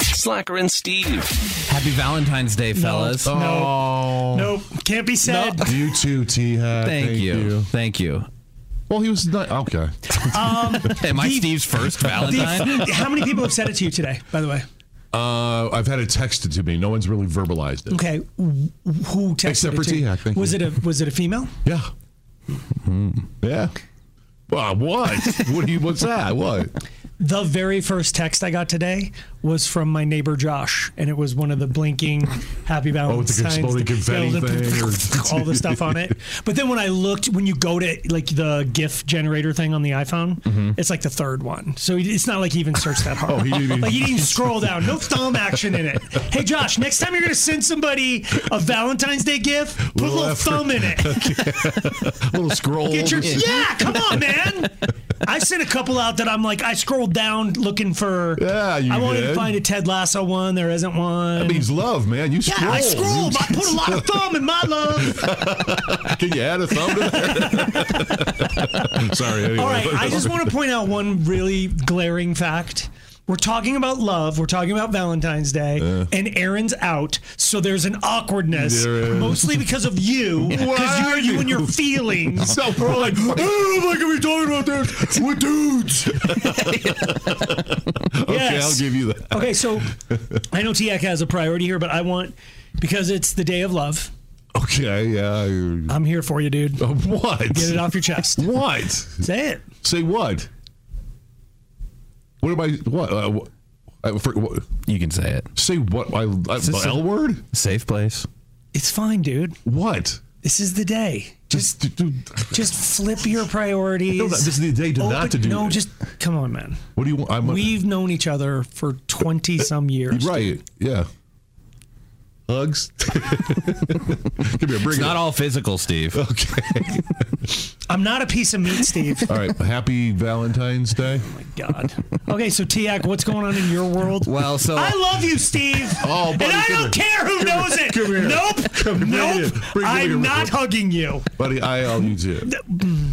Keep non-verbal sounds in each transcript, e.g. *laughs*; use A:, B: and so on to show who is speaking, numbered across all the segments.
A: Slacker and Steve.
B: Happy Valentine's Day, fellas.
C: Oh, No.
D: Nope. Can't be said.
C: You too, T Hat.
B: Thank, you. Thank you.
C: Well, he was not. Okay.
B: Am I
D: The-
B: Steve's first
D: The-
B: Valentine?
D: how many people have said it to you today, by the way?
C: Uh, I've had it texted to me. No one's really verbalized it.
D: Okay. wh- Who texted
C: Except
D: it
C: for
D: to you?
C: T-Hack, thank
D: Was
C: you.
D: it a was it a female?
C: Yeah. Mm-hmm. Yeah. Well, what? *laughs* what do you? What's that? What?
D: The very first text I got today was from my neighbor Josh, and it was one of the blinking happy
C: Oh, with
D: Valentine's.
C: the exploding confetti
D: yeah, the-
C: thing or-
D: *laughs* all the stuff
C: *laughs*
D: on it. But then when I looked, when you go to like the GIF generator thing on the iPhone,
C: Mm-hmm.
D: it's like the third one. So it- it's not like he even searched that hard.
C: Oh, he didn't even-
D: like he
C: *laughs*
D: didn't scroll down. No thumb action in it. Hey Josh, next time you're gonna send somebody a Valentine's Day gift, put
C: Little
D: a little
C: effort.
D: thumb in
C: *laughs*
D: it.
C: A little scroll.
D: Get your
C: over-
D: yeah, come on, man. I sent a couple out that I'm like, I scrolled down looking for.
C: Yeah, you
D: I wanted
C: did.
D: to find a Ted Lasso one. There isn't one.
C: That means love, man. You
D: yeah,
C: scroll.
D: I scrolled. I put a lot of thumb in my love.
C: Can you add a thumb to that? *laughs* Sorry. Anyway.
D: All right, I just want
C: *laughs*
D: *laughs* to point out one really glaring fact. We're talking about love. We're talking about Valentine's Day, and Aaron's out, so there's an awkwardness,
C: There is.
D: mostly because of you, because
C: *laughs* Why
D: you're you and your
C: you?
D: feelings.
C: *laughs* So we're all like, I don't like we talking about this. We're dudes. Okay,
D: Yes.
C: I'll give you that.
D: Okay, so I know TAC has a priority here, but I want because it's the day of love.
C: Okay, yeah. you-
D: I'm here for you, dude.
C: Uh, what?
D: Get it off
C: *laughs*
D: your chest.
C: What?
D: Say it.
C: Say what? What am I? What? Uh, wh- I, for, what
B: you can say it.
C: say what? I, I, the
B: this
C: L
B: a-
C: word?
B: Safe place.
D: It's fine, dude.
C: What?
D: This is the day.
C: *laughs* Just dude,
D: Just flip your priorities.
C: no, no, this is the day to
D: Open-
C: not to do.
D: No,
C: it.
D: just come on, man.
C: what do you want? I'm
D: We've known each other for
C: *laughs*
D: twenty some years.
C: right. Yeah. Hugs. *laughs* Give me a bring.
B: It's
C: it
B: not
C: up.
B: all physical, Steve.
C: Okay.
D: I'm not a piece of
C: *laughs*
D: meat, Steve.
C: All right. Happy Valentine's Day.
D: God. Okay, so TAC, what's going on in your world?
B: Well, so
D: I love you, Steve.
C: Oh, buddy,
D: and I
C: come
D: don't
C: here.
D: care who knows it.
C: come here.
D: Nope.
C: Come here, bring it
D: nope.
C: in. Bring it
D: I'm
C: here.
D: not hugging you.
C: Buddy, I love you too.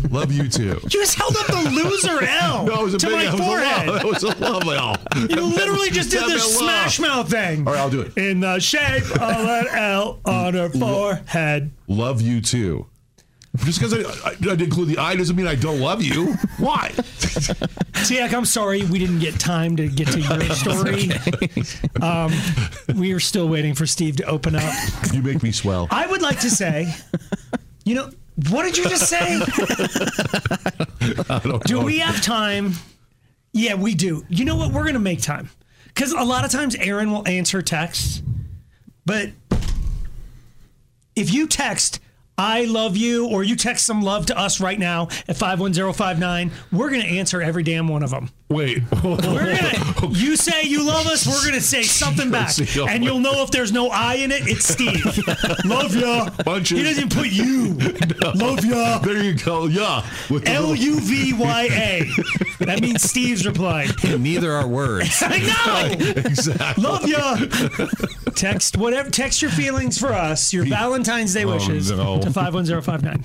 C: Love you too.
D: You just held up the
C: *laughs*
D: loser L
C: That was a
D: to
C: big,
D: my
C: that
D: forehead.
C: Was a love, oh. *laughs* that was a love.
D: You literally just did the smash mouth thing.
C: All right, I'll do it.
D: In the shape of an L
C: *laughs*
D: on her forehead.
C: Love you too. Just because I, I, I include the I doesn't mean I don't love you. Why?
D: Tiak, I'm sorry we didn't get time to get to your story. um, we are still waiting for Steve to open up.
C: you make me swell.
D: I would like to say, you know, what did you just say? Do we have time? Yeah, we do. You know what? We're going to make time. Because a lot of times Aaron will answer texts, but if you text, I love you, or you text some love to us right now at 51059, we're going to answer every damn one of them.
C: Wait. *laughs*
D: We're
C: Oh,
D: gonna, you say you love us, we're going to say something back. And
C: oh
D: you'll know if there's no I in it, it's
C: *laughs*
D: Steve. love ya.
C: Bunches.
D: He doesn't put
C: *laughs*
D: you. Love ya.
C: there you go. Yeah. With the
D: L
C: little-
D: U V Y
C: *laughs*
D: A. That means Steve's *laughs* replying.
B: neither are words.
C: *laughs*
D: I know.
C: Exactly.
D: Love ya. Text whatever. Text your feelings for us. Your Valentine's
C: Oh,
D: Day wishes
C: no.
D: to five one zero five nine.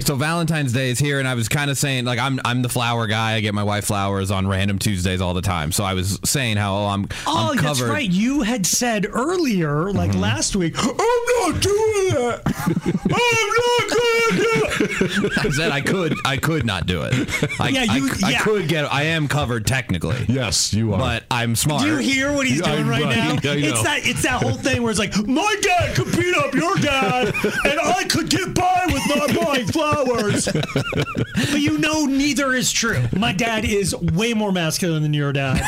B: *laughs* So Valentine's Day is here, and I was kind of saying like I'm I'm the flower guy. I get my wife flowers on random Tuesdays all the time. So I was saying how oh, I'm
D: Oh,
B: I'm
D: that's
B: covered.
C: Mm-hmm.
D: right. You had said earlier, like last week, I'm
C: not doing *laughs* that. I'm not going to do it.
B: *laughs* I said I could. I could not do it. I,
D: Yeah, you-
B: I,
D: yeah.
B: I could get. I am covered technically,
C: Yes, you are.
B: but I'm smart.
D: Do you hear what he's
C: Yeah,
D: doing
C: I-
D: right,
C: right, yeah,
D: now?
C: I
D: it's
C: know.
D: that it's that whole thing where it's like, my dad could beat up your dad, and I could get by with not buying flowers. but you know, neither is true. My dad is way more masculine than
B: *laughs*
D: your dad,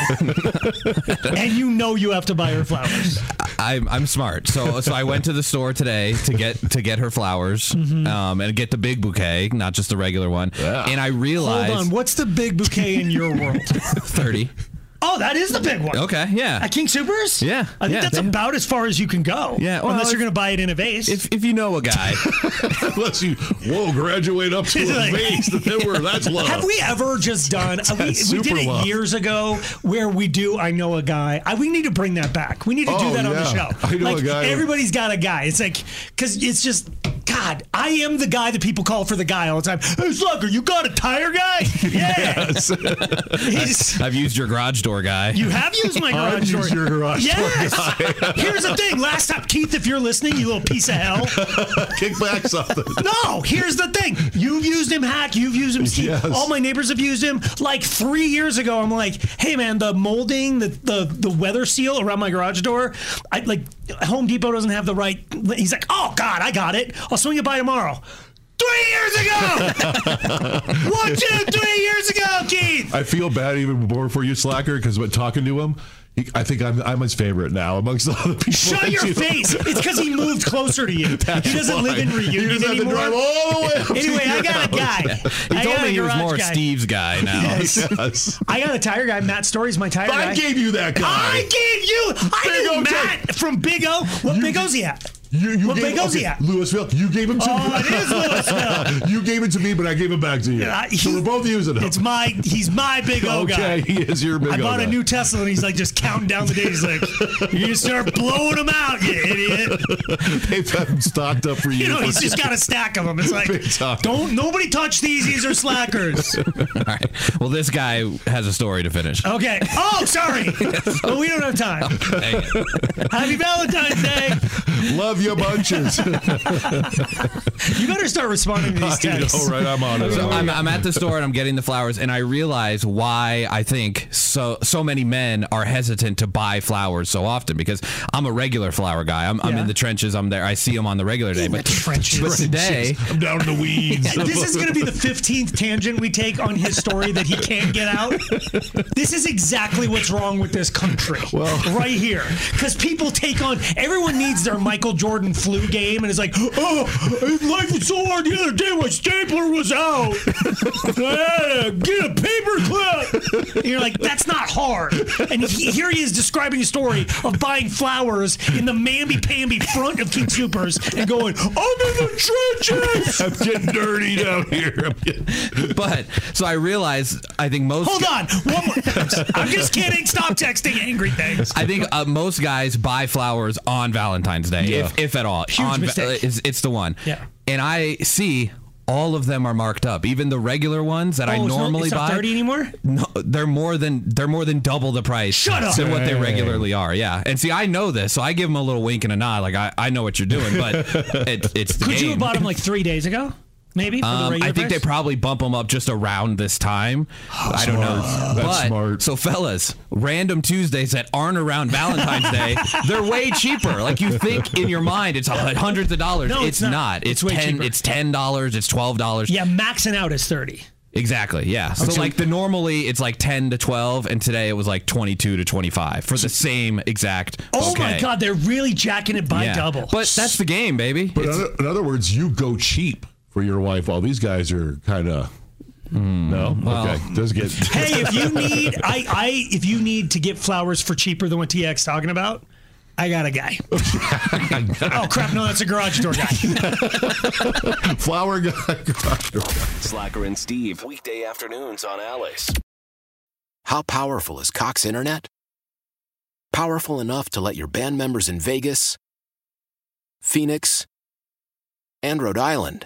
D: and you know you have to buy her flowers.
B: I'm I'm smart. So so I went to the store today to get to get her flowers,
D: Mm-hmm.
B: um, and get the big bouquet, not just the regular one. And I realized
D: Hold on, what's the big bouquet in your world?
B: *laughs* thirty.
D: *laughs* Oh, that is the big one.
B: Okay, yeah.
D: At King Supers?
B: Yeah,
D: I think
B: yeah,
D: that's
B: they-
D: about as far as you can go.
B: Yeah, well,
D: unless you're
B: if-
D: going to buy it in a vase.
B: If if you know a guy,
C: *laughs* Unless you, whoa, graduate up to
D: *laughs* He's
C: a
D: like- *laughs*
C: vase. Then we're, that's love.
D: Have we ever
C: *laughs*
D: just done? uh, we, we
C: super
D: did it
C: love.
D: years ago where we do. I know a guy. I, we need to bring that back. We need to do
C: Oh,
D: that on the
C: yeah.
D: show.
C: I know a
D: like,
C: guy.
D: Everybody's got a guy. It's like because it's just. God, I am the guy that people call for the guy all the time. Hey, Slugger, you got a tire guy?
C: *laughs*
D: Yeah. *laughs* He's-
B: *laughs* I've used your garage door guy.
D: you have used my
C: *laughs*
D: garage
C: I've
D: door.
C: used your garage door
D: yes.
C: *laughs*
D: Here's the thing. Last time, Keith, if you're listening, you little piece of hell.
C: Kick back something.
D: No, here's the thing. You've used him, Hack. You've used him, Steve.
C: Yes.
D: All my neighbors have used him. Like three years ago, I'm like, hey, man, the molding, the the, the weather seal around my garage door, I like Home Depot doesn't have the right. He's like, oh, God, I got it. I'll swing it by tomorrow. Three years ago!
C: *laughs*
D: One, two, three years ago, Keith!
C: I feel bad even more for you, Slacker, because when talking to him, he, I think I'm, I'm his favorite now amongst *laughs* all the people.
D: Shut
C: that
D: your
C: you-
D: face! It's because he moved closer to
C: *laughs*
D: you. he doesn't live in
C: Why?
D: Reunion
C: You just have
D: anymore.
C: to drive all the way up to
D: Anyway, I
C: your
D: got a guy.
C: house.
B: He
D: I
B: told
D: got
B: me
D: a
B: he was
D: garage
B: more
D: guy.
B: Steve's guy now.
C: *laughs*
D: *laughs*
C: Yes.
D: I got a tire guy. Matt Story's my tire guy.
C: I gave you that guy.
D: I gave you. I
C: Big
D: knew
C: O
D: Matt from Big O. What Big O's he at?
C: You, you
D: What
C: gave,
D: big O's he at?
C: Louisville. You gave him to
D: Oh, it is Louisville.
C: me. You gave it to me, but I gave it back to you. *laughs*
D: I-
C: so we're both using him.
D: It's my. He's my Big
C: *laughs*
D: O
C: okay,
D: guy.
C: he is your big
D: I
C: O
D: bought a
C: guy.
D: new Tesla and he's like just counting down the days. He's like, you start blowing them out, you idiot.
C: *laughs* They've had him stocked up for you.
D: *laughs* You know,
C: for-
D: he's just got a stack of them. It's
C: Big time.
D: like, don't, nobody touch these. These are
B: *laughs*
D: slackers.
B: All right. Well, this guy has a story to
D: *laughs*
B: finish.
D: Okay.
C: *laughs*
D: Oh, sorry. Well, we don't have time.
B: Dang it.
D: Happy Valentine's Day.
C: love your
D: *laughs*
C: bunches.
D: You better start responding to
C: *laughs*
D: these
C: I know,
D: texts.
C: right? I'm on it.
B: So I'm, I'm at the store and I'm getting the flowers, and I realize why I think so so many men are hesitant to buy flowers so often because I'm a regular flower guy. I'm, I'm
D: Yeah.
B: in the trenches. I'm there. I see them on the regular day,
D: In
B: *laughs*
D: the
B: but
D: trenches.
B: today.
D: *laughs*
C: I'm down in the weeds.
D: This is going to be the 15th tangent we take on his story that he can't get out. This is exactly what's wrong with this country. right here. Because people take on, everyone needs their Michael Jordan flu game, and it's like, oh, life was so hard the other day, my stapler was out. Ah, *laughs* get a paperclip. And you're like, that's not hard. And he, here he is describing a story of buying flowers in the mamby-pamby front of King Supers and going, I'm in the
C: *laughs*
D: trenches.
C: I'm getting dirty down here. I'm getting-
B: But so I realize I think most
D: Hold on. One more. I'm just kidding. Stop texting angry things.
B: I think uh, most guys buy flowers on Valentine's Day, if, if at all.
D: Huge
B: on, uh,
D: mistake.
B: It's, it's the one.
D: Yeah.
B: And I see all of them are marked up. Even the regular ones that I
D: Oh, it's not-
B: normally
D: it's not
B: buy.
D: 30 anymore?
B: No, they're more than they're more than double the price
D: Shut up.
B: than what they regularly are. Yeah. And see, I know this, so I give them a little wink and a nod, like I, I know what you're doing,
D: *laughs*
B: but it, it's the
D: Could
B: game.
D: you have bought them like three days ago? Maybe? For the
B: Um,
D: regular
B: I think they
D: price?
B: probably bump them up just around this time. I don't know.
C: That's
B: But-
C: smart.
B: So, fellas, random Tuesdays that aren't around Valentine's Day,
D: *laughs*
B: they're way cheaper. Like you think in your mind, it's a- hundreds of dollars.
D: No, it's not.
B: It's,
D: It's way
B: ten.
D: cheaper.
B: It's ten dollars. It's twelve dollars.
D: Yeah, maxing out is 30.
B: Exactly. Yeah. So, like the normally it's like ten to twelve, and today it was like twenty two to twenty five for the same exact.
D: Oh my
B: bouquet.
D: God, they're really jacking it by
B: Yeah.
D: double.
B: But that's the game, baby.
C: But in other, in other words, you go cheap for your wife. All these guys are kind of. no? okay. Does get. *laughs*
D: hey, if you need, I, I, if you need to get flowers for cheaper than what TX talking about, I got a guy. oh crap! No, that's a garage door guy.
C: flower guy.
A: Slacker and Steve, weekday afternoons on Alice.
E: How powerful is Cox Internet? Powerful enough to let your band members in Vegas, Phoenix, and Rhode Island